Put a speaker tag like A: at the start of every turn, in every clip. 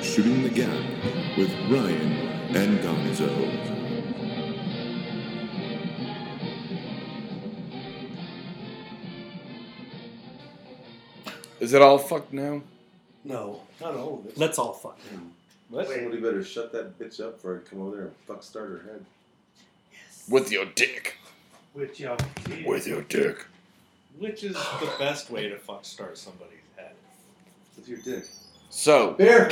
A: Shooting the Gap with Ryan and Gonzo.
B: Is it all fucked now?
C: No, not all of it.
D: Let's all fuck.
E: Somebody better shut that bitch up before I come over there and fuck start her head.
B: With your dick.
C: Which y'all did.
B: your dick.
D: Which is the best way to fuck start somebody's head?
E: With your dick.
B: So,
C: Bear.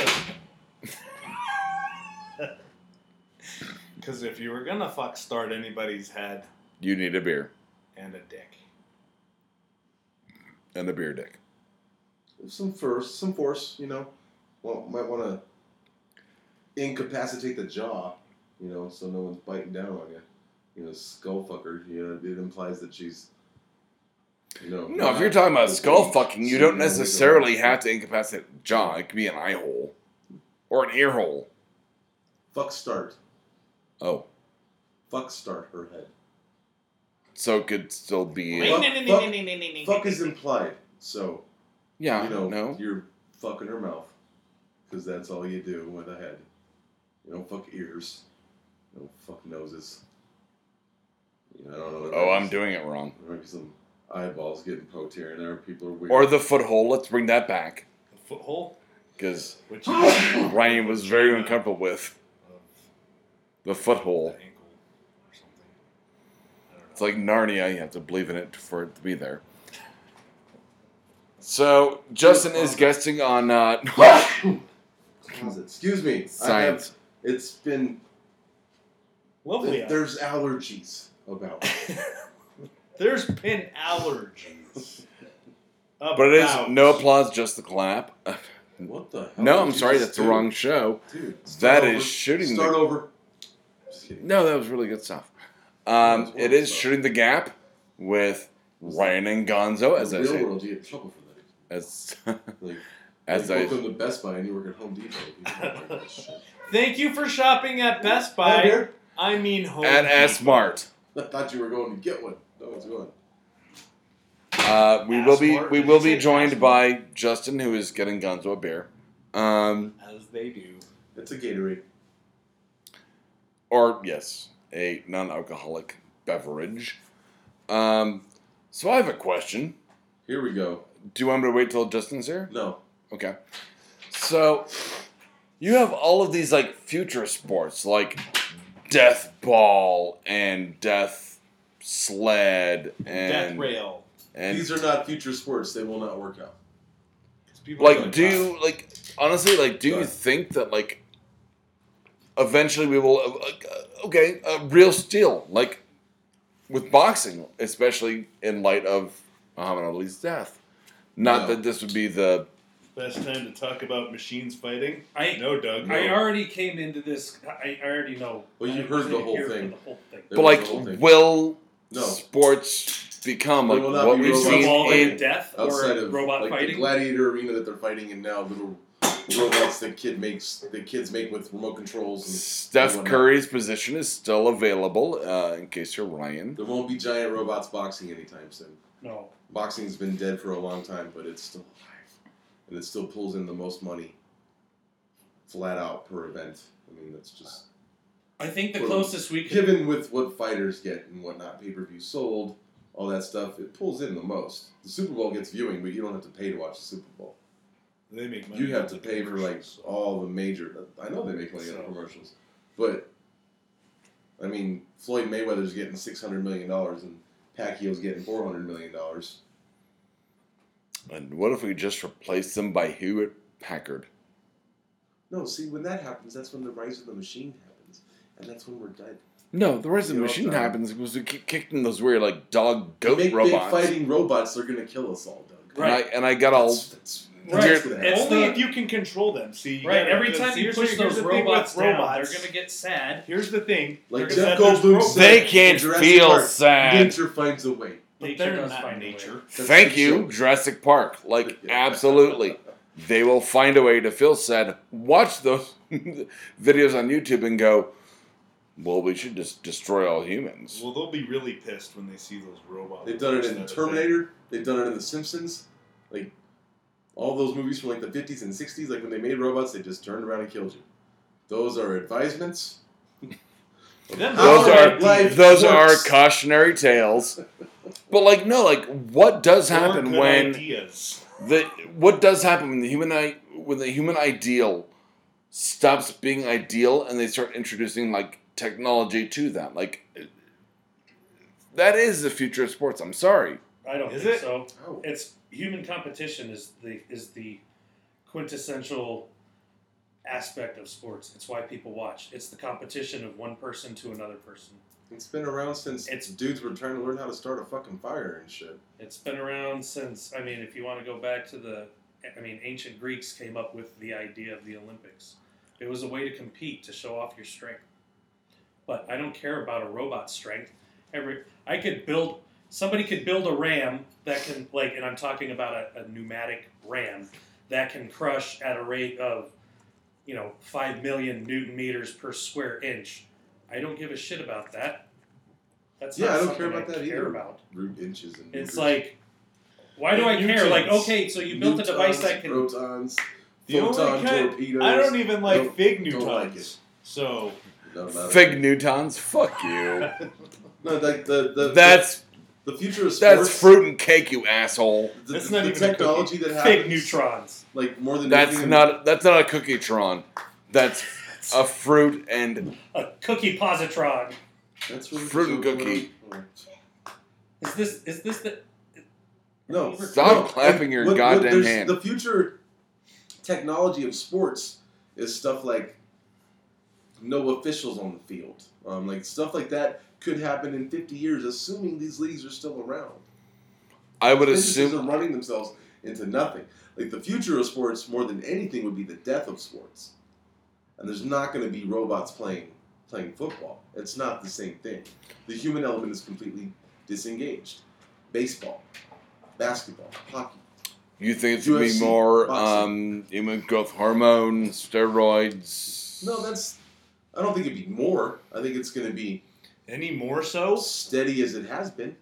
D: Because if you were gonna fuck start anybody's head
B: you need a beer
D: and a dick,
B: and a beer dick.
E: Some force, some force, you know. Well, might want to incapacitate the jaw, you know, so no one's biting down on you. You know, skull fucker. You know, it implies that she's, you know.
B: No, if you're talking about skull fucking, you don't necessarily have to incapacitate the jaw. It could be an eye hole or an ear hole.
E: Fuck start.
B: Oh,
E: Fuck start her head.
B: so it could still be.
E: Fuck, fuck, fuck is implied, so
B: Yeah,
E: you know,
B: Ah, no.
E: you're fucking her mouth because that's all you do with a head. You don't fuck ears. You don't fuck noses. You know, I don't know. there
B: Oh,
E: might
B: I'm
E: be
B: doing it wrong.
E: some- There might be some eyeballs getting poked here and there. People are weird.
B: Or the foot hole. Let's bring that back
D: a foothole,
B: because
D: which is
B: Ryan was very uncomfortable with
D: of
B: the foot
D: the
B: hole.
D: ankle or something. I don't know.
B: It's like Narnia. You have to believe in it for it to be there. So Justin is guessing on uh,
E: Closet. Excuse me. I have,
B: science.
E: it's been.
D: lovely. out.
E: There's allergies about.
D: There's been allergies.
B: But it is
D: About-
B: no applause, just the clap.
E: what the hell?
B: No,
E: did
B: I'm
E: you
B: sorry,
E: just
B: that's the
E: do?
B: wrong show.
E: Oh, Dude,
B: That
E: start
B: is
E: over.
B: shooting
E: Start
B: the.
E: over. Just kidding.
B: No, that was really good stuff.
E: That
B: Um,
E: was
B: it
E: well
B: is
E: stuff.
B: shooting the gap with Ryan and Gonzo, as
E: In
B: I
E: the real
B: say,
E: world, you get in trouble for that.
B: as
E: Like,
B: as
E: like,
B: I
E: welcome to Best Buy and you work at Home Depot. You don't like that shit.
D: Thank you for shopping at Best
E: Hi,
D: Buy.
E: Bear.
D: I mean, home.
B: at S Smart.
E: I thought you were going to get one. No one's going.
B: Uh, we will be
D: Asmart?
B: we
D: Did
B: will
D: you
B: be
D: say
B: joined
D: Asmart?
B: by Justin, who is getting Gonzo a beer, um,
D: As they do.
E: It's a Gatorade.
B: or yes, a non-alcoholic beverage. Um, so I have a question.
E: Here we go.
B: Do you want me to wait till Justin's here?
E: No.
B: Okay. So you have all of these like future sports like death ball and death sled and
D: Death Rail.
B: and
E: These are not future sports. They will not work out.
D: 'Cause people are
B: like
D: gonna
B: do
D: die.
B: you like honestly like do you
E: Sorry.
B: think that like eventually we will uh, uh, okay uh, real steel like with boxing especially in light of Muhammad Ali's death not
E: No.
B: that this would be the
D: Best time to talk about machines fighting?
C: I-
D: no, Doug.
E: No.
C: I already came into this. I I already know.
E: Well, you
C: I
E: heard the
C: wasn't
E: whole
C: here for
E: thing.
C: The whole thing.
E: They
B: but
E: will
B: like
E: not work out.
B: will
E: no.
B: sports become
E: They
B: like
E: will not
B: what
E: be
B: we've
E: You've
C: So
E: robots.
C: all
B: seen
C: in
B: in
C: death
E: Outside
C: or
E: of
C: robot
E: like the
C: fighting.
E: gladiator arena that they're fighting in now, little robots that kid makes the kids make with remote controls.
B: Steph Curry's position is still available uh, in case you're Ryan.
E: And there won't be giant robots boxing anytime soon.
C: no,
E: Boxing's been dead for a long time, but it's still alive, and it still pulls in the most money, flat out per event. I mean, that's just
C: I think the
E: Well,
C: closest we could.
E: given with what fighters get and whatnot, pay per view sold, all that stuff, it pulls in the most. The Super Bowl gets viewing, but you don't have to pay to watch the Super Bowl.
D: They make money.
E: You have
D: off
E: to
D: the
E: pay for like
D: commercials.
E: all the major. I know they make money on commercials, but I mean, Floyd Mayweather's getting six hundred million dollars and Pacquiao's getting four hundred million dollars.
B: And what if we just replace them by Hewitt Packard?
E: No, see, when that happens, that's when the rise of the machine happens, and that's when we're dead.
B: No, the rest of the
E: You're
B: machine
E: all done.
B: happens because we keep kicking those weird like dog goat
E: Make big
B: robots.
E: fighting robots, they're gonna kill us all, Doug.
B: And I
C: Right.
B: and I got all
E: That's, that's,
C: Right.
E: that's gonna happen.
C: It's
D: Only
C: the-
D: if you can control them. See, you
C: right,
D: gotta-
C: every
D: because
C: time you
D: here's-
C: push
D: here's
C: those
D: the thing with
C: robots down,
D: robots.
C: they're gonna get sad.
D: Here's the thing.
E: Like
D: Because
E: Jeff
D: that- there's
E: Goldblum
D: robots.
E: said,
B: they can't
E: in Jurassic
B: feel
E: Park,
B: sad.
E: Nature finds a way.
D: But
C: Nature
D: they're
C: does
D: not
C: find a way.
D: nature.
B: Thank
E: the
B: you,
E: joke.
B: Jurassic Park. Like
E: Yeah.
B: absolutely, they will find a way to feel sad. Watch those videos on YouTube and go, well, we should just destroy all humans.
D: Well, they'll be really pissed when they see those robots.
E: They've done it in
D: That's the thing.
E: Terminator. They've done it in The Simpsons. Like All those movies from like the 50s and 60s, like when they made robots, they just turned around and killed you. Those are advisements.
D: Them
B: Those
E: How
B: are
E: life
B: those are
E: works.
B: cautionary tales. But like no, like what does happen
D: good
B: when
D: ideas.
B: the what does happen when the human I, when the human ideal stops being ideal and they start introducing like technology to that like that is the future of sports i'm sorry
C: I don't
D: Is
C: think
D: it?
C: so.
E: Oh.
C: It's human competition is the is the quintessential aspect of sports. It's why people watch. It's the competition of one person to another person.
E: It's been around since
C: It's-
E: dudes were trying to learn how to start a fucking fire and shit.
C: It's been around since I mean, if you want to go back to the I mean, ancient Greeks came up with the idea of the Olympics. It was a way to compete to show off your strength. But I don't care about a robot's strength. Every I could build somebody could build a ram that can like and I'm talking about a, a pneumatic ram that can crush at a rate of you know 5 million newton meters per square inch. I don't give a shit about that. That's
E: Yeah,
C: not
E: I don't
C: something
E: care about
C: I
E: that
C: care
E: either.
C: about.
E: Root inches and
C: It's
E: meters.
C: like, why do I care?
D: Newtons.
C: Like, okay, so you built a device that can.
E: protons,
D: The only
E: photon
D: kind-
E: torpedoes.
D: I don't e- even like
E: Don't-
D: fig
E: don't
D: Newtons.
E: like it.
D: So
E: No, not-
B: fig newtons fuck you
E: No, like the, the
B: that's
E: the future of sports.
B: that's fruit and cake you asshole
E: The,
D: That's
E: the-
D: not
E: the
D: even a
E: technology that happens.
C: Fig neutrons.
E: Like more than
B: that's
E: anything-
B: not that's not a cookie tron that's a fruit and
C: A cookie positron.
E: That's really
B: fruit and cookie.
C: Is this is this the?
E: No,
B: Stop
E: no,
B: clapping
E: and
B: your
E: what- what-
B: goddamn
E: there's-
B: hand.
E: The future technology of sports is stuff like no officials on the field, um, like stuff like that could happen in 50 years, assuming these leagues are still around.
B: i would
E: Businesses
B: assume
E: are running themselves into nothing. Like the future of sports, more than anything, would be the death of sports. And there's not going to be robots playing playing football. It's not the same thing. The human element is completely disengaged. Baseball, basketball, hockey.
B: you think it's gonna be
E: UFC,
B: more
E: boxing.
B: um human growth hormone steroids
E: No, that's. I don't think it'd be more. I think it's going to be
D: any more so?
E: steady as it has been.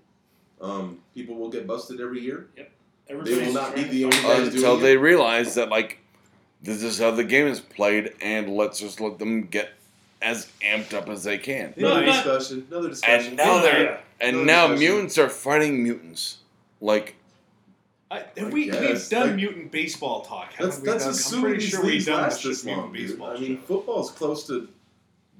E: Um, people will get busted every year. They
C: Everybody's
E: will not be
C: trying-
E: the only guys
B: until
E: doing it.
B: they realize that like this is how the game is played and let's just let them get as amped up as they can
C: No,
E: Another
C: not-
E: discussion. Another discussion.
B: now they're-
C: Yeah.
B: and
E: No
B: now
E: discussion.
B: mutants are fighting mutants like
D: I,
E: I
D: have we,
E: guess.
D: we've done
E: Like-
D: mutant baseball talk. haven't
E: That's
D: we,
E: that's
D: Doug?
E: assuming
D: I'm pretty
E: these
D: sure
E: leagues
D: we've done
E: last
D: this
E: this long,
D: mutant
E: dude.
D: baseball.
E: I mean,
D: show.
E: football's close to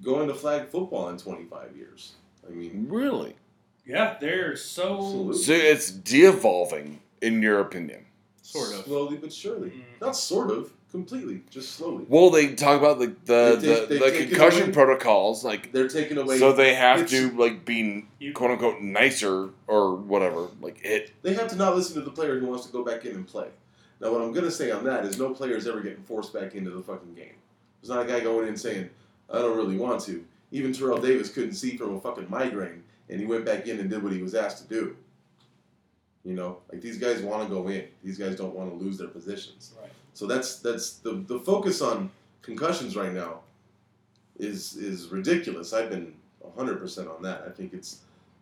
E: going to flag football in 25 years. I mean,
B: really
C: Yeah, they're so.
E: Absolutely.
B: so it's de-evolving in your opinion
D: sort of.
E: slowly but surely.
C: Mm.
E: Not sort of, completely, just slowly.
B: well they talk about the the,
E: They take-
B: the,
E: they
B: the
E: take it
B: concussion
E: away.
B: protocols like
E: They're taking away.
B: so they have
E: it's-
B: to like be
C: You-
B: quote unquote nicer or whatever like it
E: they have to not listen to the player who wants to go back in and play. Now, what I'm gonna say on that is, no player is ever getting forced back into the fucking game. There's not a guy going in saying, "I don't really want to." Even Terrell Davis couldn't see from a fucking migraine, and he went back in and did what he was asked to do. You know, like these guys want to go in. These guys don't want to lose their positions.
C: Right.
E: So that's that's the the focus on concussions right now is is ridiculous. I've been 100% on that. I think it's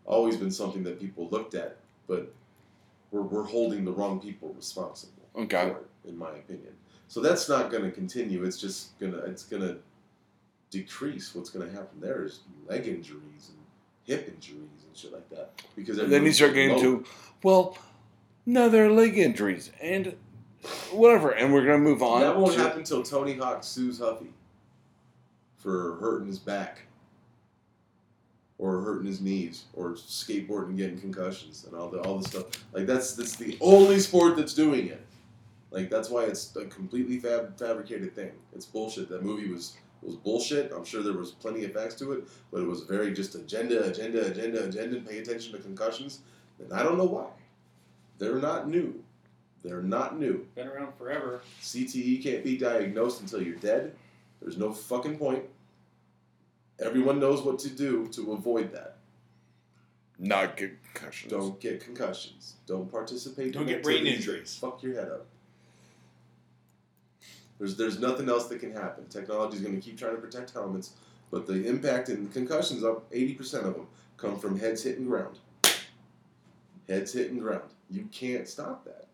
E: always been something that people looked at, but we're, we're holding the wrong people responsible
B: Okay.
E: for it, in my opinion. So that's not going to continue. It's just gonna it's gonna decrease. What's going to happen there is leg injuries and hip injuries and shit like that. Because
B: then you start getting
E: everyone's
B: to well no they're leg injuries and whatever and we're gonna move on
E: That won't
B: to-
E: happen until Tony Hawk sues Huffy for hurting his back, or hurting his knees, or skateboarding and getting concussions and all the all the stuff. Like that's that's the only sport that's doing it. Like that's why it's a completely fab- fabricated thing. It's bullshit. That movie was was bullshit. I'm sure there was plenty of facts to it, but it was very just agenda, agenda, agenda, agenda. Pay attention to concussions, and I don't know why. They're not new. They're not new.
C: Been around forever.
E: CTE E can't be diagnosed until you're dead. There's no fucking point. Everyone knows what to do to avoid that.
B: not get concussions.
E: Don't get concussions. Don't participate.
D: Don't
E: in
D: get brain
E: activities that
D: injuries.
E: Fuck your head up. There's there's nothing else that can happen. Technology's going to keep trying to protect helmets, but the impact and the concussions up 80% of them come from heads hitting ground. Heads hitting ground. You can't stop that.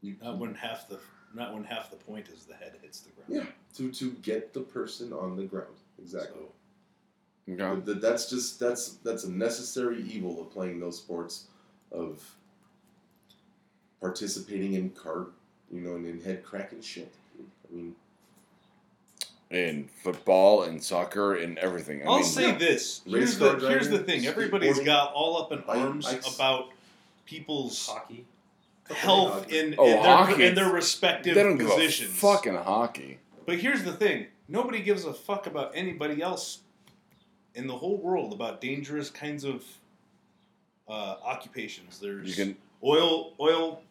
E: You
D: Uh, Not when half the Not when half the point is the head hits the ground.
E: Yeah, to to get the person on the ground. Exactly.
D: So,
B: Okay.
E: Th- Um, that's just that's that's a necessary evil of playing those sports, of participating in card, you know, and in head cracking shit. I mean,
B: In football and soccer and everything. I
D: I'll
B: mean,
D: say this.
E: Race
D: Here's
E: car
D: the, here's the
E: driving,
D: thing. Everybody's
E: skateboarding,
D: got all up in
E: bike-
D: arms
E: bikes.
D: about people's
C: Hockey.
D: health in,
B: Oh,
D: in, their,
B: hockey.
D: in their
B: they
D: respective
B: don't give
D: positions.
B: a fuck in hockey.
D: But here's the thing: nobody gives a fuck about anybody else in the whole world about dangerous kinds of uh, occupations. There's
B: You can
D: oil, oil,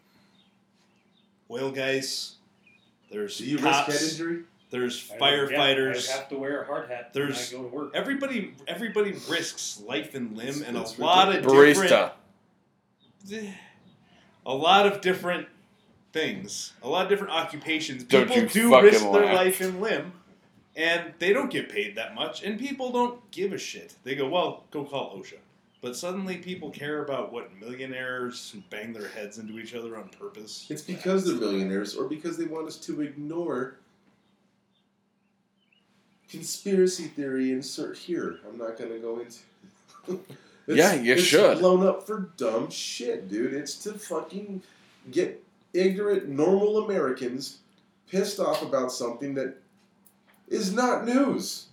D: oil guys. There's
E: do you
D: cops.
E: risk head injury?
D: There's
C: I don't- yeah,
D: firefighters.
C: I have to wear a hard hat. when
D: There's-
C: I go to work.
D: Everybody, everybody risks life and limb, and a
E: It's
D: lot of
B: barista.
D: different, a lot of different things, a lot of different occupations.
B: Don't
D: people
B: you
D: do
B: fucking
D: risk their
B: laugh.
D: life and limb, and they don't get paid that much, and people don't give a shit. They go, well, go call OSHA. But suddenly, people care about what millionaires who bang their heads into each other on purpose.
E: It's because they're millionaires or because they want us to ignore conspiracy theory insert here. I'm not going to go into
B: Yeah, you
E: it's
B: should.
E: blown up for dumb shit, dude. It's to fucking get ignorant, normal Americans pissed off about something that is not news.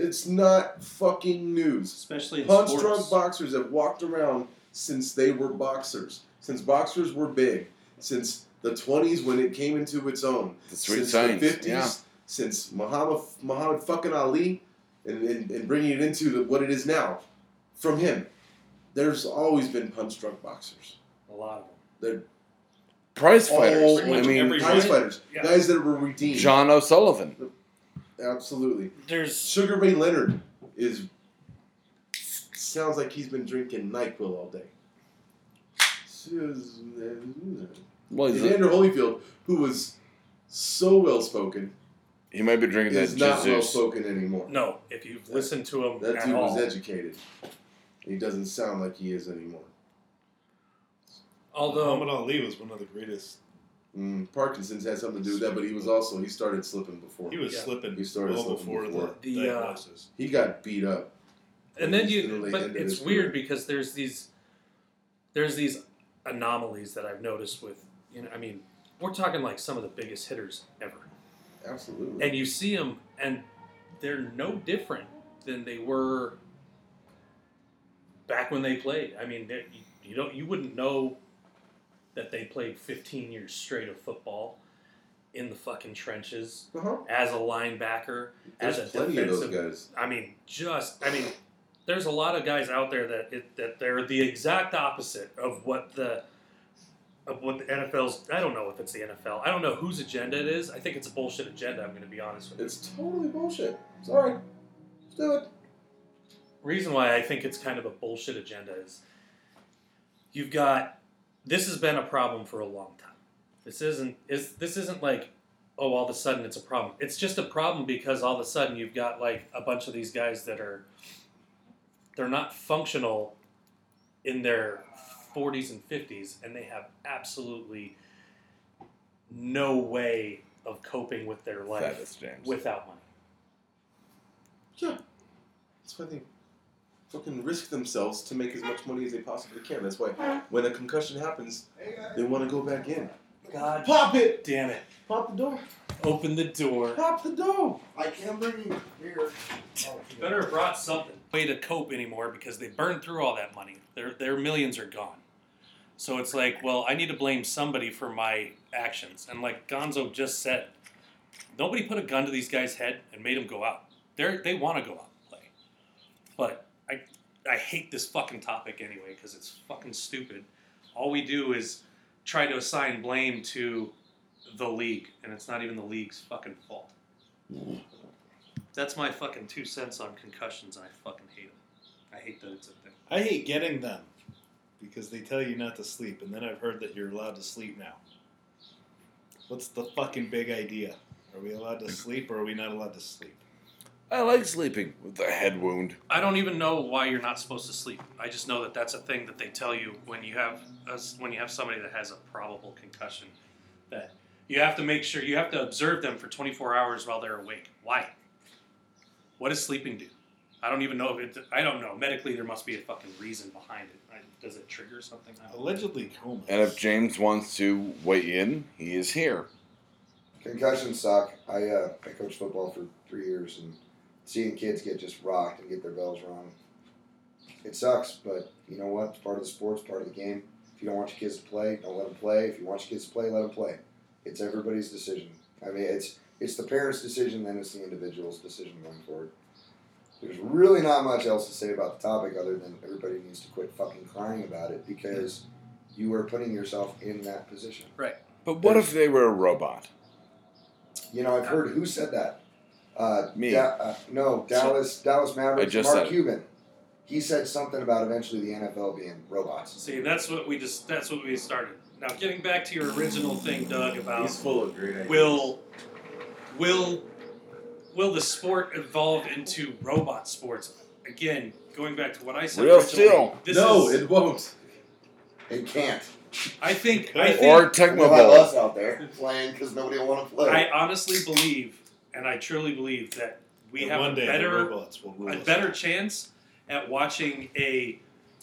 E: It's not fucking news.
C: especially in
E: Punch
C: sports.
E: drunk boxers have walked around since they were boxers, since boxers were big, since the 20s when it came into its own,
B: The sweet
E: since
B: science.
E: the 50s,
B: Yeah.
E: since Muhammad, Muhammad fucking Ali, and, and, and bringing it into the, what it is now from him. There's always been punch drunk boxers.
C: a lot of them.
E: They're
B: Prize
E: All-
B: fighters.
E: Pretty
B: I
D: much
B: mean,
D: every-
E: prize fighters,
C: Yeah.
E: guys that were redeemed.
B: John O'Sullivan.
E: Absolutely.
F: There's
E: Sugar Ray Leonard is sounds like he's been drinking Nyquil all day.
B: Well, he's
E: And Andrew Holyfield, who was so well spoken,
B: he might be drinking that
E: is not well
B: Jesus.
E: spoken anymore.
C: No, if you've listened to them
E: That
C: at
E: dude
C: all,
E: was educated. He doesn't sound like he is anymore.
C: although
D: Muhammad Ali was one of the greatest.
E: Mm, Parkinson's had something to do with that, but he was also he started slipping before.
D: He was
C: Yeah.
D: slipping
E: He started
D: well
E: slipping
D: before,
E: before.
D: the,
F: The, uh,
D: diagnosis.
E: He got beat up.
C: and then
E: He's
C: you
E: literally
C: but
E: ended
C: it's
E: his
C: weird
E: career.
C: because there's these there's these anomalies that I've noticed with you know I mean we're talking like some of the biggest hitters ever
E: Absolutely.
C: and you see them and they're no different than they were back when they played I mean they- you, you don't you wouldn't know that they played 15 years straight of football in the fucking trenches
E: uh-huh.
C: as a linebacker
E: There's
C: as a
E: plenty of
C: defensive
E: those guys.
C: I mean, just I mean, there's a lot of guys out there that it, that they're the exact opposite of what the of what the NFL's. I don't know if it's the NFL. I don't know whose agenda it is. I think it's a bullshit agenda. I'm going to be honest with you.
E: It's totally bullshit. Sorry. Do it.
C: Reason why I think it's kind of a bullshit agenda is you've got this has been a problem for a long time. This isn't is this isn't like oh all of a sudden it's a problem. It's just a problem because all of a sudden you've got like a bunch of these guys that are they're not functional in their 40s and 50s and they have absolutely no way of coping with their
B: That
C: life
B: is James.
C: without money.
E: Yeah. That's why they fucking risk themselves to make as much money as they possibly can. That's why when a concussion happens, they want to go back in.
C: God
E: Pop it!
C: damn it.
E: Pop the door!
C: Open the door.
E: Pop the door!
F: I can't bring you here. Oh,
C: Better have brought something. Way to cope anymore because they burned through all that money. Their their millions are gone. So it's like, well, I need to blame somebody for my actions. And like Gonzo just said, nobody put a gun to these guys' head and made them go out. They they want to go out and play. But I I hate this fucking topic anyway because it's fucking stupid. All we do is try to assign blame to the league, and it's not even the league's fucking fault. That's my fucking two cents on concussions, and I fucking hate them. I hate that it's a thing.
D: I hate getting them because they tell you not to sleep, and then I've heard that you're allowed to sleep now. What's the fucking big idea? Are we allowed to sleep or are we not allowed to sleep?
B: I like sleeping with a head wound.
C: I don't even know why you're not supposed to sleep. I just know that that's a thing that they tell you when you have us when you have somebody that has a probable concussion. That You have to make sure you have to observe them for 24 hours while they're awake. Why? What does sleeping do? I don't even know if it. I don't know. Medically, there must be a fucking reason behind it. I, does it trigger something? I don't know.
D: Allegedly coma.
B: And if James wants to weigh in, he is here.
F: Concussions suck. I uh, I coached football for three years, and seeing kids get just rocked and get their bells rung, it sucks. But you know what? It's part of the sport. It's part of the game. If you don't want your kids to play, don't let them play. If you want your kids to play, let them play. It's everybody's decision. I mean, it's it's the parents' decision, then it's the individual's decision going forward. There's really not much else to say about the topic other than everybody needs to quit fucking crying about it because you are putting yourself in that position.
B: But what if they were a robot?
F: You know, I've heard who said that. Uh,
B: Me.
F: Da- uh, no, Dallas. Dallas Mavericks.
B: I just
F: Mark
B: said it.
F: Cuban. He said something about eventually the NFL being robots.
C: See, that's what we just. That's what we started. Now, getting back to your original thing, Doug, about
E: He's full of great ideas.
C: will will will the sport evolve into robot sports again going back to what i said
B: Real
C: originally,
B: steel.
C: this
E: no,
C: is,
E: it won't.
F: It can't.
C: i think i
B: Or
C: think
F: We'll
B: Tecmo
F: have
B: Bowl?
F: us out there playing because nobody will want to play.
C: i honestly believe and i truly believe that we
D: And
C: have
D: one
C: a
D: day the
C: better
D: robots will rule
C: a
D: us.
C: better chance at watching a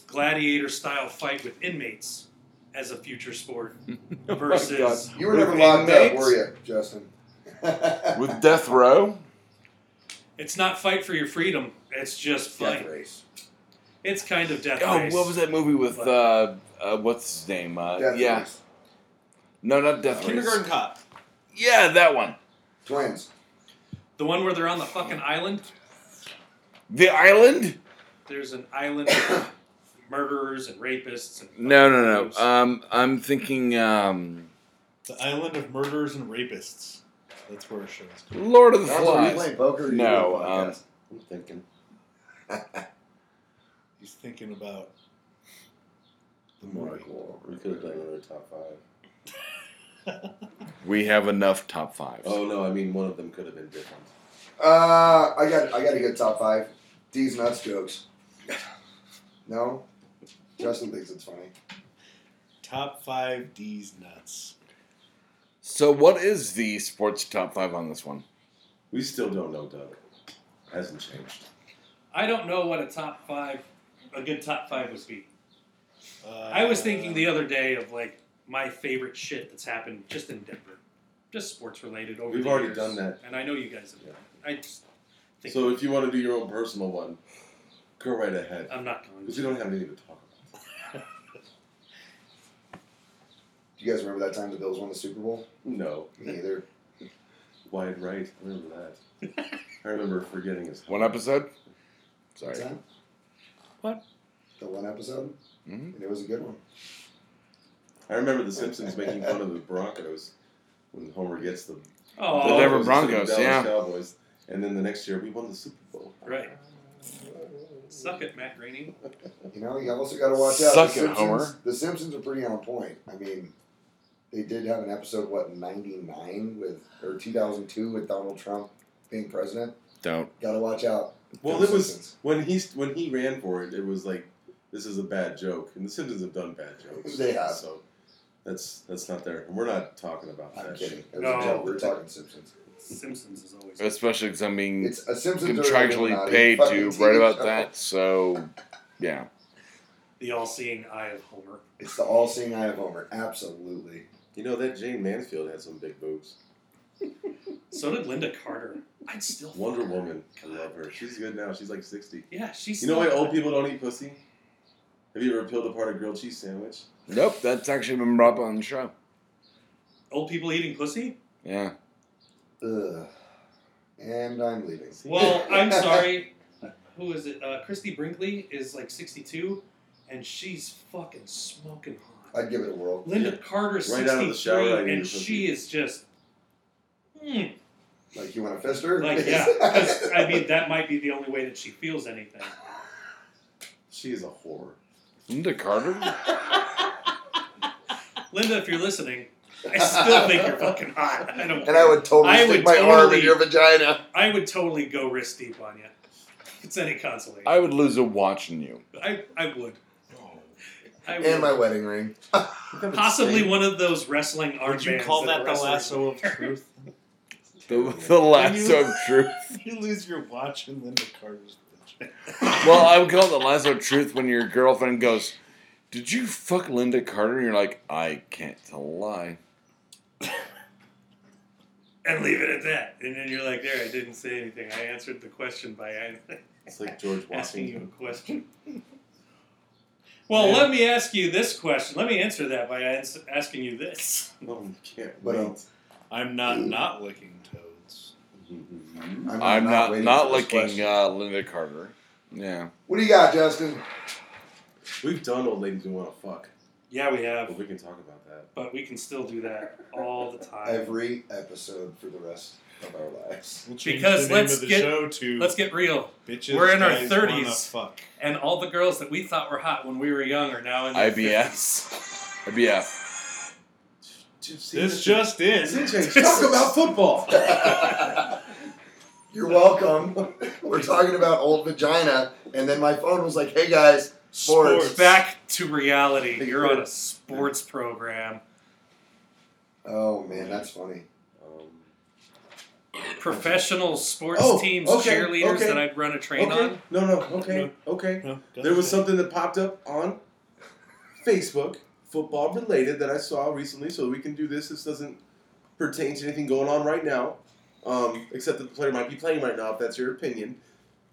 C: gladiator style fight with inmates as a future sport
B: Oh
C: versus
F: you were never locked up, were you, Justin?
B: With Death Row?
C: it's not fight for your freedom it's just fight
F: Death race.
C: it's kind of death
B: Oh,
C: race.
B: what was that movie with, uh, uh, what's his name? Uh,
F: Death
B: yeah.
F: race.
B: No, not Death
D: Kindergarten
B: Race.
D: cop.
B: Yeah, that one.
F: Twins.
C: the one where they're on the fucking island
B: The Island?
C: there's an island of murderers and rapists and
B: No, no,
C: thieves.
B: no. Um, I'm thinking um,
D: The island of murderers and rapists. That's where our show is called.
B: Lord of the
F: That's what you
B: Flies.
F: playing poker. or you
B: No,
F: doing a podcast?
B: um,
E: I'm thinking.
D: He's thinking about
E: The more cool. We could have done another top five.
B: We have enough top fives.
E: Oh no, I mean one of them could have been different.
F: Uh, I got I got a good top five. These nuts jokes. No, Justin thinks it's funny.
D: top five D's nuts.
B: So, what is the sports top five on this one?
E: We still don't know Doug. Hasn't changed.
C: i don't know what a top five a good top five would be i was
B: Uh,
C: thinking the other day of like my favorite shit that's happened just in denver just sports related over
E: We've
C: the
E: already
C: years.
E: done that.
C: and i know you guys have
E: Yeah.
C: i just think
E: So if you want to do your own personal one, go right ahead.
C: i'm not going
E: Because
C: to
E: we don't have anything to talk about.
F: Do you guys remember that time the Bills won the Super Bowl?
E: No.
F: Me either.
E: Wide right. I remember that. I remember forgetting his
B: One episode? Sorry.
F: Time?
C: What?
F: The one episode,
B: Mhm.
F: and it was a good one.
E: I remember The Simpsons making fun of the Broncos when Homer gets the
B: The
C: oh
B: Denver
E: instead of
B: Broncos,
E: Dallas
B: yeah.
E: Cowboys. And then the next year we won the Super Bowl.
C: right suck it matt Groening.
F: You know, you also got to watch out.
B: Suck it,
F: the Simpsons,
B: Homer.
F: The Simpsons are pretty on point. I mean, they did have an episode what '99 with or 2002 with Donald Trump being president.
B: Don't.
F: Got to watch out.
E: Well,
F: for
E: it
F: The
E: was
F: Simpsons.
E: when he when he ran for it. It was like this is a bad joke, and the Simpsons have done bad jokes.
F: They have.
E: So that's that's not there. We're not talking about
F: I'm
E: that.
F: kidding.
E: shit.
F: It was
C: No.
F: a joke. We're talking Simpsons.
C: simpsons is always
B: Especially because I'm being
F: It's a Simpsons
B: contractually paid to write about that. So, yeah.
C: the all-seeing eye of homer
F: It's the all-seeing eye of Homer. Absolutely.
E: You know that Jane Mansfield had some big boobs.
C: so did linda carter i'd still
E: Wonder Woman. I love her. She's good now. She's like sixty.
C: yeah she's
E: You know why
C: still-
E: old people don't eat pussy? Have you ever peeled apart a grilled cheese sandwich?
B: Nope, that's actually been brought up on the show.
C: old people eating pussy?
B: Yeah.
F: Ugh. And I'm leaving.
C: Well, I'm sorry. Who is it? Uh, Christy Brinkley is like 62, and she's fucking smoking hot.
F: I'd give it a whirl.
C: Linda Carter's
E: Right
C: 63,
E: out of the shower, I need
C: and
E: to-
C: she is just. Mm,
F: Like you want to fist her?
C: like yeah, 'cause, I mean that might be the only way that she feels anything.
E: She is a whore.
B: Linda Carter?
C: Linda, if you're listening, I still think you're fucking hot. I don't.
F: and I would totally
C: I
F: stick
C: would
F: my arm
C: totally-
F: in your vagina.
C: I would totally go wrist deep on you. If it's any consolation.
B: I would lose a watching you.
D: Uh,
C: I, I would. I would.
F: And my wedding ring.
C: Possibly one of those wrestling armbands.
D: Would you call that the
C: wrestlers-
D: lasso of truth?
B: The, the lasso of truth.
D: you lose your watch and then the card is the
B: Well, I would call it the lasso of truth when your girlfriend goes, "Did you fuck Linda Carter?" And you're like, "I can't tell a lie."
C: And leave it at that. And then you're like, there, I didn't say anything. I answered the question by
E: It's like George
C: asking you
E: Washington.
C: a question. Well,
E: Yeah.
C: let me ask you this question. Let me answer that by ans- asking you this.
E: Oh, you can't
F: But, um,
E: wait.
D: I'm not not licking toads.
F: I'm,
B: I'm not not, uh,
F: waiting for this
B: licking
F: question.
B: uh, Linda Carter. Yeah,
F: What do you got, Justin?
E: We've done old ladies who want to fuck,
C: Yeah, we
E: but
C: have,
E: we can talk about that.
C: but we can still do that all the time.
F: Every episode for the rest of our lives.
D: We'll change
C: Because
D: the name
C: let's
D: of the
C: get-
D: show to
C: Let's get real.
D: bitches.
C: we're in our
D: Guys
C: 30s.
D: Wanna Fuck.
C: And all the girls that we thought were hot when we were young are now in their
B: IBS, IBF.
E: Dude, see,
D: This just in.
E: is- talk about football.
F: You're welcome. We're talking about old vagina, and then my phone was like, "Hey guys, sports."
C: 50s. Back to reality. You're on a sports program.
F: Oh man, that's funny.
E: Um,
C: Professional sports
E: Oh,
C: teams,
E: okay,
C: cheerleaders
E: okay.
C: that I'd run a train
E: okay.
C: on.
E: No, no. Okay. Okay.
D: No,
E: There was something that popped up on Facebook, football related, that I saw recently. So we can do this. This doesn't pertain to anything going on right now, um, except that the player might be playing right now. If that's your opinion,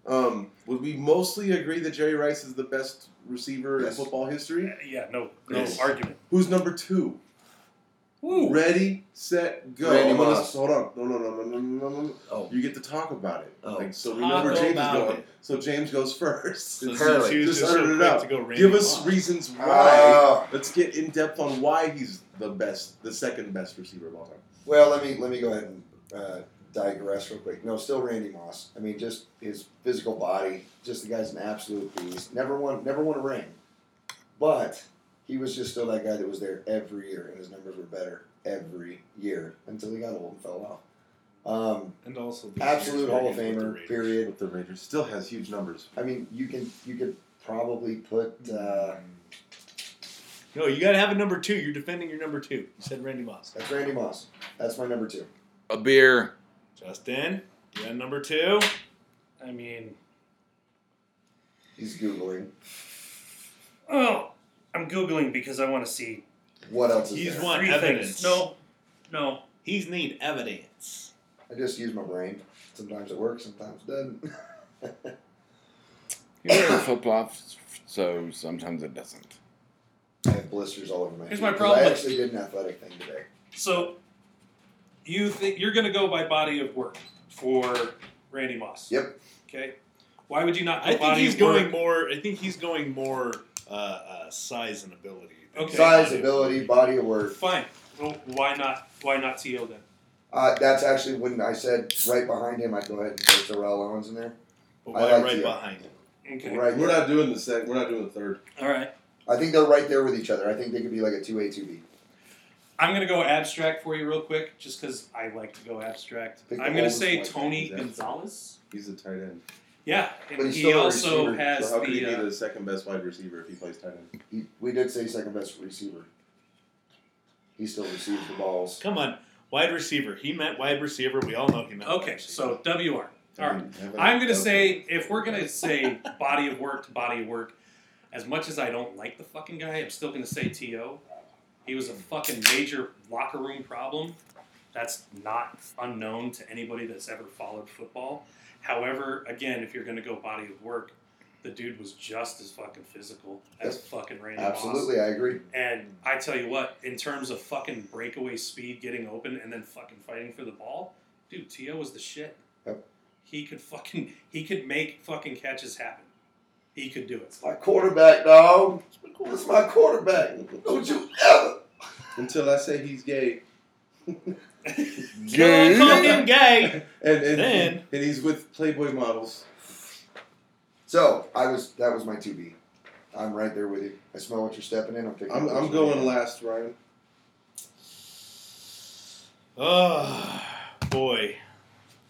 E: um, would we mostly agree that Jerry Rice is the best receiver
F: Yes.
E: in football history?
C: Yeah, no, no
E: Yes.
C: argument.
E: Who's number two?
C: Ooh.
E: Ready, set, go.
F: Randy
E: I'm gonna-
F: Moss.
E: hold on. No, no, no, no, no, no, no, no.
F: Oh.
E: You get to talk about it.
F: Oh.
E: Like, so we know
D: Talk
E: where James is
D: about
E: going.
D: it.
E: So James goes first.
D: So
F: Curly.
D: since he was
E: Just
D: just
E: uttered
D: so
E: it
D: quick
E: out.
D: to go Randy
E: Give us
D: Moss.
E: reasons why.
F: Wow.
E: Let's get in depth on why he's the best, the second best receiver of all time.
F: Well, let me let me go ahead and uh, digress real quick. No, still Randy Moss. I mean, just his physical body. Just the guy's an absolute beast. Never won, never won a ring, but he was just still that guy that was there every year, and his numbers were better every year until he got old and fell off. Um,
D: and also the Raiders
F: absolute Hall of
D: were against the
F: Famer.
D: Raiders.
F: Period.
E: With the Rangers, still has huge numbers.
F: I mean, you can you could probably put. Uh,
D: No, you gotta have a number two. You're defending your number two. You said Randy Moss.
F: that's Randy Moss. That's my number two.
B: A beer.
D: Justin, you got number two.
C: I mean,
F: He's googling.
C: oh, I'm Googling because I want to see
F: What else is
D: He's
F: there?
D: one
C: three
D: evidence.
C: things. No, no.
D: He's need evidence.
F: I just use my brain. Sometimes it works, sometimes it doesn't.
B: He wears football, so sometimes it doesn't.
F: I have blisters all over my.
C: Here's
F: feet,
C: my
F: 'cause
C: problem
F: I
C: with-
F: actually did an athletic thing today.
C: So you think you're going to go by body of work for Randy Moss?
F: Yep.
C: Okay. Why would you not go
D: I think
C: body
D: he's
C: of work?
D: going more. I think he's going more uh, uh, size and ability. than
C: Okay.
F: Size, ability, body of work.
C: Fine. Well, why not? Why not To then?
F: Uh, that's actually when I said right behind him, I'd go ahead and put Terrell Owens in there.
D: But
F: I
D: why
F: like
D: right
F: you.
D: behind him?
C: Okay.
F: Right.
E: We're
F: there.
E: not doing the second. We're not doing the third.
C: All right.
F: I think they're right there with each other. I think they could be like a two A two B.
C: I'm going to go abstract for you real quick, just because I like to go abstract.
F: Pick the
C: I'm going to
F: oldest
C: say
F: white guy.
C: Tony
E: Exactly.
C: Gonzalez.
E: He's a tight end.
C: Yeah,
F: But
C: and
F: he's
C: he
F: still a
C: also
F: receiver,
C: has
E: so how could he
C: the.
E: be
C: uh,
E: the second best wide receiver if he plays tight end?
F: He, we did say second best receiver. He still receives the balls.
D: Come on, wide receiver. He meant wide receiver. We all know he meant. wide
C: okay,
D: receiver.
C: so WR. All right.
E: Have a-
C: I'm
E: have
C: gonna
E: a-
C: say if we're gonna say body of work to body of work, as much as I don't like the fucking guy, I'm still gonna say To. He was a fucking major locker room problem. That's not unknown to anybody that's ever followed football. However, again, if you're gonna go body of work, the dude was just as fucking physical as fucking Randy Moss.
F: Absolutely, I agree.
C: And I tell you what, in terms of fucking breakaway speed, getting open, and then fucking fighting for the ball, dude, Tio was the shit.
F: Yep.
C: He could fucking he could make fucking catches happen. He could do it.
F: It's my quarterback, dog. It's my quarterback. Don't you ever.
E: until I say he's gay,
D: Don't call
B: Gay.
D: him gay.
E: and and,
D: Then-
E: and he's with Playboy models.
F: So I was. That was my two B. I'm right there with you. I smell what you're stepping in. I'm picking.
E: I'm,
F: up
E: I'm
F: what
E: going
F: you're-
E: last, Ryan.
D: Oh boy,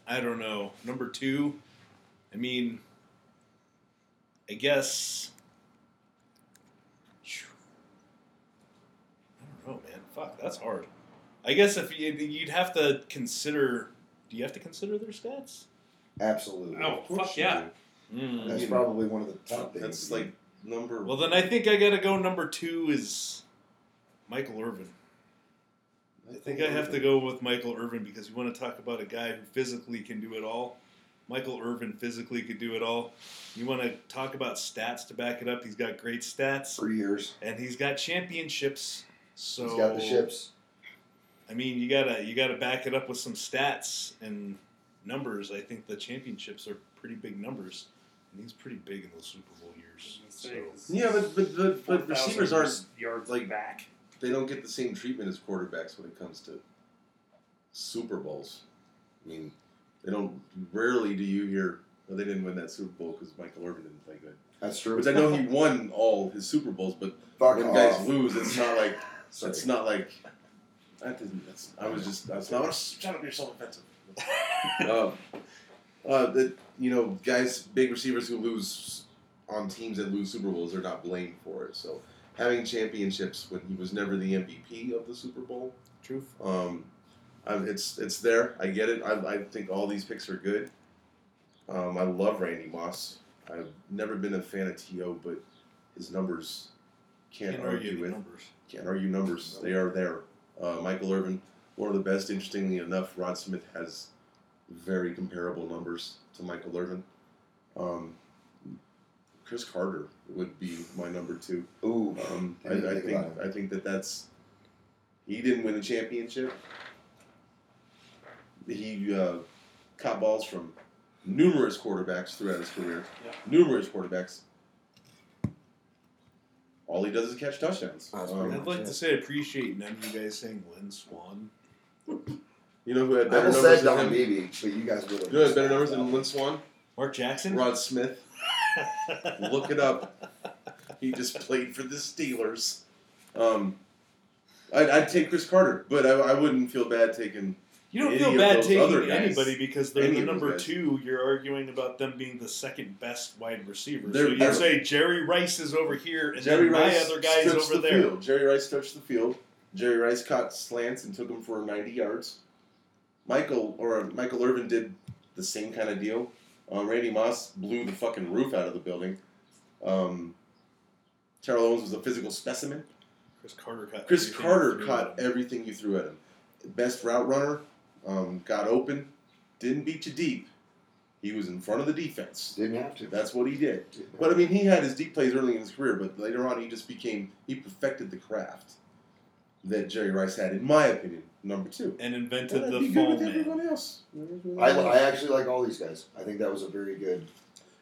D: I don't know. Number two. I mean, I guess. I don't know, man. Fuck, that's hard. I guess if you, you'd have to consider. Do you have to consider their stats?
F: Absolutely.
C: Oh,
E: Of course
C: fuck
E: you
C: yeah.
E: do.
D: Mm.
F: That's probably one of the top things.
E: That's like number.
D: Well, then I think I gotta go. Number two is Michael Irvin. I think I have to go with Michael Irvin because you want to talk about a guy who physically can do it all. Michael Irvin physically could do it all. You want to talk about stats to back it up. He's got great stats
F: for years.
D: and he's got championships. So
F: He's got the ships.
D: I mean, you gotta you gotta back it up with some stats and numbers. I think the championships are pretty big numbers, and he's pretty big in those Super Bowl years. So
E: Yeah, but but but, but
C: 4,000
E: receivers aren't.
C: yards
E: like-
C: back.
E: They don't get the same treatment as quarterbacks when it comes to Super Bowls. I mean, they don't. Rarely do you hear. Well, they didn't win that Super Bowl because Michael Irvin didn't play good.
F: That's true.
E: Which I know he won all his Super Bowls, but
F: Fuck
E: when
F: off.
E: guys lose, it's not like
F: Sorry.
E: it's not like that. Didn't, that's, I was just that's not. Shut up, you're so offensive. um, uh, that you know, guys, big receivers who lose on teams that lose Super Bowls are not blamed for it. So having championships when he was never the MVP of the Super Bowl,
D: truth.
E: um, I, it's it's there. I get it. I, I think all these picks are good. Um, I love Randy Moss. I've never been a fan of To, but his numbers can't,
D: Can't
E: argue,
D: argue the
E: with.
D: numbers.
E: Can't argue numbers. They are there. Uh, Michael Irvin, one of the best. Interestingly enough, Rod Smith has very comparable numbers to Michael Irvin. Um, Chris Carter would be my number two.
F: Ooh.
E: Um, I,
F: I didn't
E: I
F: think
E: think
F: about
E: I think that that's he didn't win a championship. He uh, caught balls from numerous quarterbacks throughout his career.
C: Yeah.
E: Numerous quarterbacks. All he does is catch touchdowns.
F: That's
E: Um,
F: pretty
D: I'd like to say I appreciate none of you guys saying Lynn Swan.
E: you know who
F: I
E: had better
F: almost
E: numbers
F: said
E: than
F: Don
E: him?
F: Beebe, but you guys would have.
E: You know who had better numbers than Lynn Swan?
D: Mark Jackson?
E: Rod Smith. Look it up. He just played for the Steelers. Um, I'd, I'd take Chris Carter, but I, I wouldn't feel bad taking.
D: You don't
E: Any
D: feel
E: of
D: bad
E: those other
D: taking
E: guys.
D: anybody because they're
E: Any
D: the
E: of those
D: number
E: guys.
D: two. You're arguing about them being the second best wide receiver.
E: They're
D: so you
E: better.
D: say Jerry Rice is over here and
E: Jerry
D: then my
E: Rice
D: other guy's
E: stretched
D: over
E: the
D: there.
E: field. Jerry Rice touched the field. Jerry Rice caught slants and took them for 90 yards. Michael or uh, Michael Irvin did the same kind of deal. Uh, Randy Moss blew the fucking roof out of the building. Um, Terrell Owens was a physical specimen.
D: Chris Carter caught.
E: Chris
D: everything
E: Carter
D: through
E: caught
D: them.
E: everything you threw at him. Best route runner, um, got open, didn't beat you deep. He was in front of the defense.
F: Didn't have to.
E: That's what he did. But I mean, he had his deep plays early in his career, but later on, he just became he perfected the craft that Jerry Rice had, in my opinion, number two.
D: and
E: And
D: invented
E: I'd
D: the
E: be good
D: fall
E: with
D: man.
E: everyone else.
F: I, I actually like all these guys. I think that was a very good.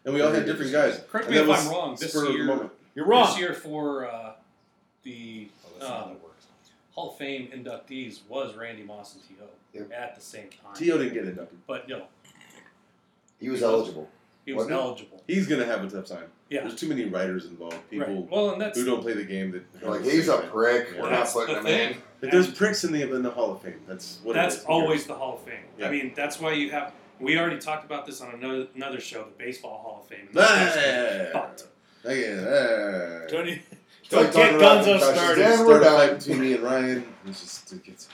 E: and we all had different guys.
C: Correct
E: And
C: me
E: that
C: if
E: was
C: I'm wrong. This
E: spur of the
C: year,
E: moment.
D: You're
C: this
D: wrong.
C: year for uh, the
D: Oh, that's not
C: Um,
D: how that works.
C: Hall of Fame inductees was Randy Moss and T.O.
F: Yep.
C: at the same time.
E: T.O. didn't get inducted.
C: But no,
F: He was eligible.
C: he was
F: Wasn't he?
C: eligible.
E: He's gonna have a tough time.
C: Yeah.
E: There's too many writers involved. People
C: right. Well, and that's
E: who don't play the game that
F: Like he's a prick. We're not
C: That's
F: putting
C: the
F: him in.
C: thing.
E: But there's pricks in the in the Hall of Fame. That's what. it
C: that's
E: is.
C: always the Hall of Fame.
E: Yeah.
C: I mean, that's why you have. We already talked about this on another, another show, the Baseball Hall of Fame. And that's
E: Ah,
C: But
E: again, ah.
D: Don't, you-
F: It's
D: don't
F: like
D: get
F: talking
D: Gonzo
F: about concussions.
D: started.
F: Then
E: Start
F: we're
E: a
F: done.
E: fight between me and Ryan. It's just it gets.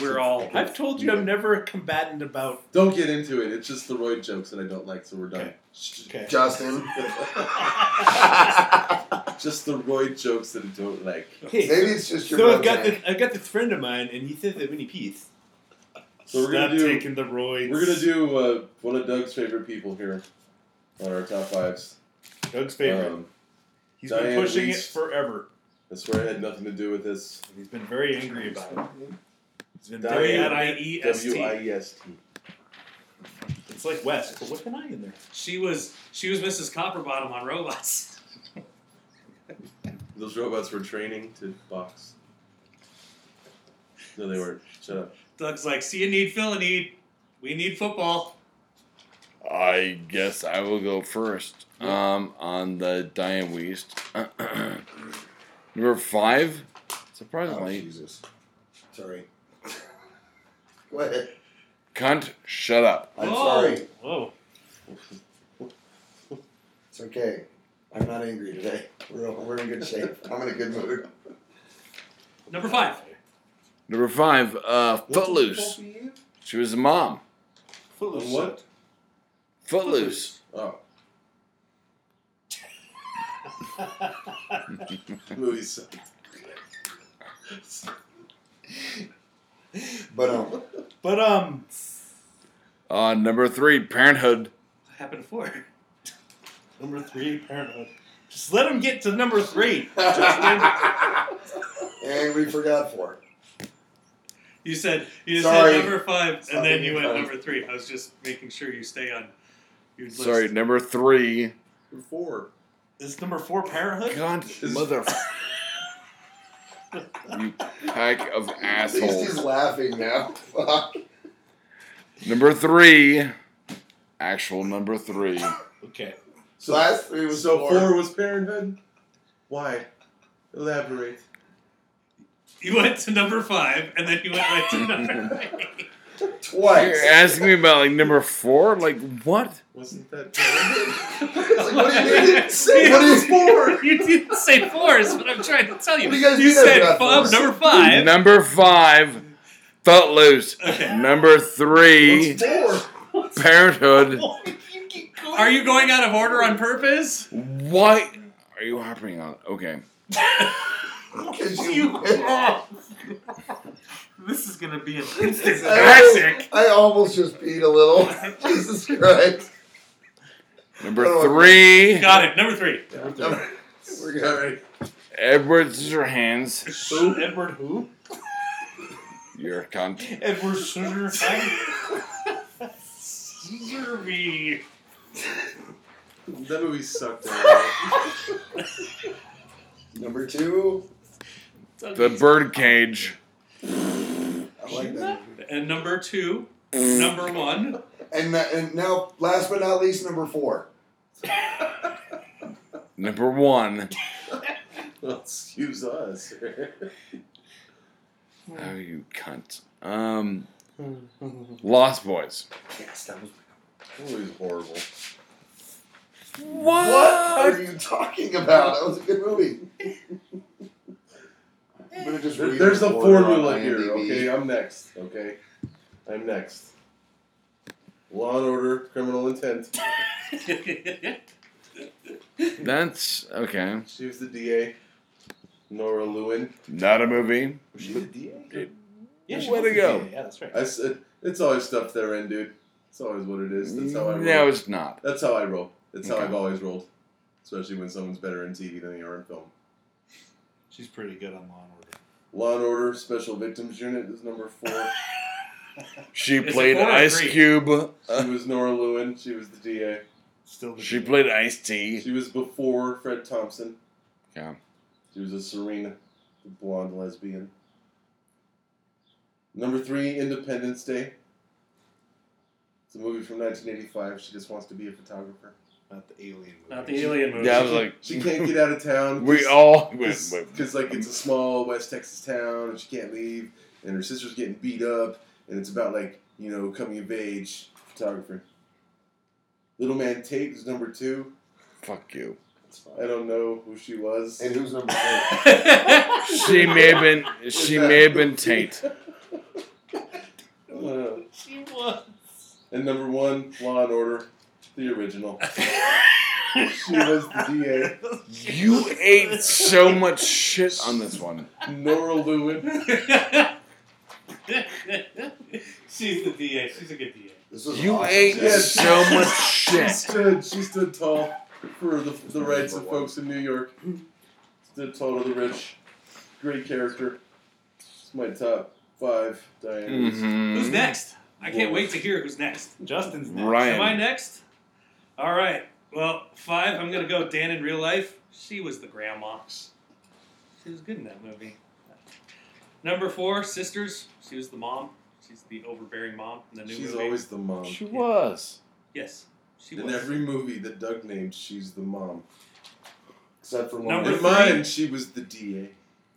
C: we're all.
D: I've told you I'm never a combatant about.
E: Don't get into it. It's just the Roy jokes that I don't like, so we're done.
D: Okay.
F: Justin.
E: just the Roy jokes that I don't like.
D: Hey,
F: Maybe it's just your.
D: So I've
F: blood
D: got
F: tank.
D: this. I've got this friend of mine, and he says that when he pees.
E: So we're
D: Stop
E: gonna do-
D: taking the roids.
E: We're gonna do uh, one of Doug's favorite people here on our top fives.
D: Doug's favorite.
E: Um,
D: he's
E: Diane
D: been pushing
E: Reese.
D: it forever,
E: I swear I had nothing to do with this.
D: and he's been very angry about it. He's been
E: Diane
D: very
C: N
D: adamant.
C: I E S
E: W I
C: T.
E: E S T.
D: It's like West, but what can I in there?
C: She was she was Mrs. Copperbottom on Robots.
E: Those robots were training to box. No, they weren't. Shut up.
C: Doug's like, see, you need Phil, a need. We need football.
B: I guess I will go first um, on the Diane Weist. Number five,
F: Oh,
B: surprisingly,
F: Jesus. Sorry. Go ahead.
B: cunt, shut up.
E: Oh.
F: I'm
C: Whoa.
F: sorry.
B: Oh.
D: Whoa!
F: It's okay. I'm not angry today. We're, we're in good shape. I'm in a good mood.
C: Number five.
B: Number five, uh,
E: What's
B: Footloose.
E: the fuck you?
B: She was a mom.
D: Footloose.
E: And what?
B: Footloose.
E: Oh. Movie sucked.
F: But um,
D: But um,
B: Uh, number three, Parenthood.
C: What happened to four?
D: number three, Parenthood. Just let him get to number three. Justin.
F: and we forgot four.
C: You said you just
F: Sorry.
C: said number five, and then
F: Sorry,
C: you went
F: guys.
C: number three. I was just making sure you stay on your list.
B: Sorry, number three.
E: Four.
D: Is number four Parenthood?
B: God, mother. you pack of
F: At least he's
B: assholes.
F: laughing now. Fuck.
B: Number three. Actual number three.
D: Okay.
E: So
F: Last three was
E: so
F: four.
E: four was Parenthood. Why? Elaborate.
C: You went to number five, and then you went right to number three.
F: Twice.
B: You're asking me about like number four? Like what?
E: Wasn't that Parenthood?
F: It's like, what do you mean?
C: You-
F: what is four?
C: You didn't say four, is what I'm trying to tell you.
F: What do you guys mean I
C: said
F: forgot
C: Bob,
F: four?
C: number five.
B: Number five, Footloose.
C: Okay.
B: Number three,
E: Four.
B: Parenthood.
C: Are you going out of order on purpose?
B: Why are you harping on? Okay.
F: Because you I,
C: This is gonna be an instant
F: Oh. almost- I almost just peed a little. Jesus Christ.
B: Number
F: Oh,
B: three,
C: Got it. Number three.
F: We're good.
B: Edward Scissorhands.
D: Who? Edward who?
B: You're a cunt.
D: Edward Scissorhands.
C: Scissor-me.
E: That movie sucked. alright.
F: Number two.
B: The birdcage.
F: I like that.
C: And number two. Number one.
F: And, that- and now, last but not least, number four.
B: Number one.
E: Well, excuse us.
B: Oh, you cunt. Um, Lost Boys.
F: Yes, that was.
E: Always horrible.
B: What?
F: What are you talking about? That was a good movie. I'm gonna just
E: There-
F: read
E: there's
F: the
E: a
F: order on
E: formula here.
F: IMDb.
E: Okay, I'm next. Okay, I'm next. Law and Order, Criminal Intent.
B: That's okay.
E: She was the DA. Nora Lewin.
B: Not a movie.
D: Was she the DA? Yeah, she
B: Way
D: was
B: to
D: the
B: go.
D: DA. Yeah, that's right.
E: I said it's always stuff there, end, dude. It's always what it is. That's how I roll.
B: No, it's not.
E: That's how I roll. That's how
B: Okay.
E: I've always rolled. Especially when someone's better in TV than they are in film.
D: She's pretty good on Law and Order.
E: Law and Order Special Victims Unit is number four.
B: She
C: It's a
B: played
C: four or
B: Ice
C: three.
B: Cube.
E: she was Nora Lewin. She was the DA.
D: Still the
B: She
D: DA.
B: played Ice T.
E: She was before Fred Thompson.
B: Yeah.
E: She was a Serena, the blonde lesbian. Number three, Independence Day. It's a movie from 1985. She just wants to be a photographer.
D: Not the alien movie.
G: Not the alien movie.
B: Yeah, I was like,
E: She can't get out of town.
B: we all went.
E: Because,
B: went-
E: like, it's a small West Texas town, and she can't leave, and her sister's getting beat up, and it's about, like, you know, coming of age photographer. Little Man Tate is number two.
B: Fuck you.
F: That's
E: I
F: fine.
E: don't know who she was.
F: And who's number four?
B: She may have been. She may have been Tate.
E: Uh,
C: she was.
E: And number one, Law and Order, the original. she was the
B: You ate so much shit on this one.
E: DA. Nora Lewin.
C: She's the DA. She's a good DA.
F: This was
B: You
F: awesome.
B: ate
E: Yeah.
B: so much
E: She
B: shit.
E: stood. She stood tall for the, the rights of folks in New York. Stood tall to the rich. Great character. It's my top five. Diane.
B: Mhm.
C: Who's next? I can't wait to hear who's next.
D: Justin's next.
B: Ryan.
C: Am I next? All right. Well, five. I'm gonna go. Dan in real life. She was the grandma. She was good in that movie. Number four, sisters. She was the mom. She's the overbearing mom in the new
E: She's
C: movie.
E: always the mom.
B: She was.
C: yes, she
E: In
C: was.
E: every movie that Doug named, she's the mom.
F: Except for one.
C: Number
E: In
C: three.
E: mine, she was the DA.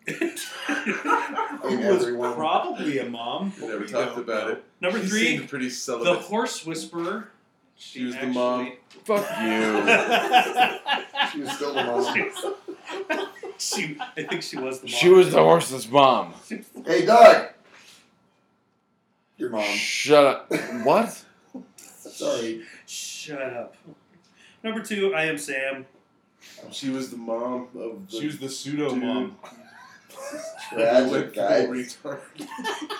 F: In
D: It was
F: everyone.
D: probably a mom.
E: We never
D: but we
E: talked
D: don't
E: about
D: know.
E: it.
C: Number
E: she
C: three,
E: seemed pretty
C: the
E: celibate.
C: horse whisperer. She,
E: was the
C: actually-
E: mom.
B: Fuck you.
F: She was still the mom.
C: she, I think she was the mom.
B: She was the horse's mom.
F: Hey, Doug. Your mom.
B: Shut up. What?
F: Sorry.
C: Shut up. Number two, I am Sam.
E: She was the mom of the
D: She was the pseudo mom.
F: Tragic guy.
E: retard.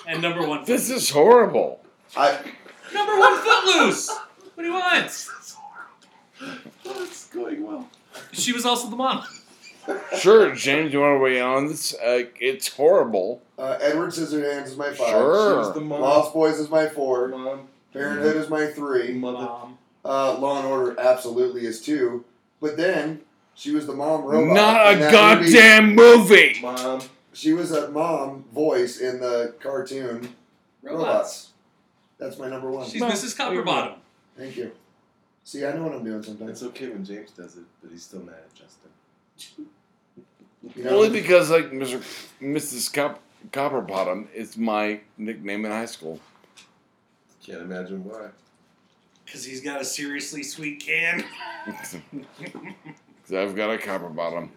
C: And number one,
B: This is horrible.
F: I,
C: number one Footloose. What do you want?
E: What's going well?
C: She was also the mom.
B: Sure, James, you want to weigh in on this? Uh, it's horrible.
F: uh, Edward Scissorhands is my five.
B: Sure.
E: She was the mom.
F: Lost Boys is my four.
E: Mom.
F: Parenthood is my three.
E: Mother.
C: Mom.
F: Uh, Law and Order absolutely is two. But then she was the mom robot.
B: Not a
F: in that movie.
B: goddamn movie.
E: Mom.
F: She was a mom voice in the cartoon Robots.
C: Robots.
F: That's my number one.
C: She's Mrs. Copperbottom.
F: Thank you. See, I know what I'm doing sometimes.
E: It's okay when James does it, but he's still mad at Justin.
F: You know,
B: Only because, like, Mr. Mrs. Cop- Copperbottom is my nickname in high school.
E: Can't imagine why.
C: Because he's got a seriously sweet can.
B: 'Cause I've got a copper bottom.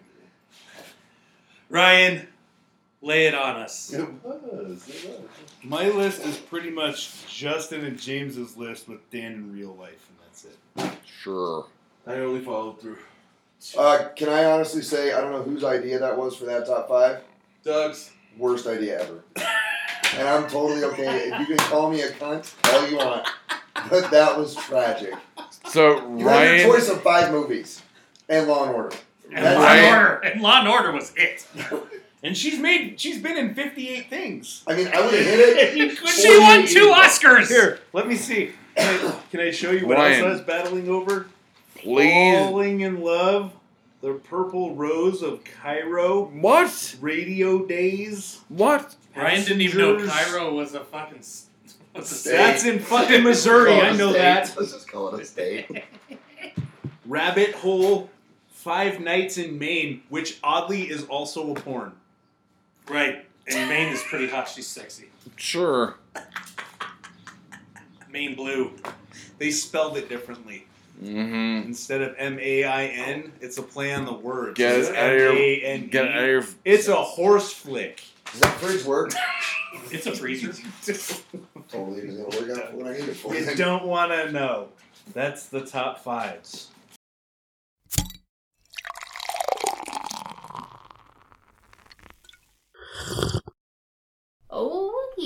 C: Ryan, lay it on us.
E: It was. It was.
D: My list is pretty much Justin and James's list with Dan in real life, and that's it.
B: Sure.
E: I only followed through.
F: uh, can I honestly say I don't know whose idea that was for that top five?
E: Doug's.
F: Worst idea ever. and I'm totally okay. If you can call me a cunt all you want, but that was tragic.
B: So,
F: You had your
B: Ryan.
F: choice of five movies and Law and Order.
C: And
F: That's-
C: Law and
B: Ryan-
C: Order. And Law and Order was it.
D: And she's made she's been in fifty eight things.
F: I mean, I would have hit it.
C: She won two Oscars.
D: Here, let me see. Can I, can I show you what
B: Ryan.
D: else I was battling over?
B: Please.
D: Falling in love, the purple rose of Cairo,
B: What?
D: radio days.
B: What?
C: Ryan didn't even know
D: Passengers.
C: Cairo was a fucking s- was a
F: State.
D: That's in fucking Missouri.
F: Call it
D: I
F: a
D: know
F: state.
D: that.
F: Let's just call it a state.
D: Rabbit Hole, Five Nights in Maine, which oddly is also a porn.
C: Right. And Maine is pretty hot. She's sexy.
B: Sure.
C: Maine blue.
D: They spelled it differently.
B: Mm-hmm.
D: Instead of M A I N, it's a play on the words.
B: Get
D: it's
B: it out of your-
D: M.A.N.E..
B: Get out of your.
D: E. It's a horse flick.
F: Does that fridge work?
C: It's a freezer.
F: Totally doesn't work out for what I need it for.
D: You don't want to know. That's the top fives.
H: Oh,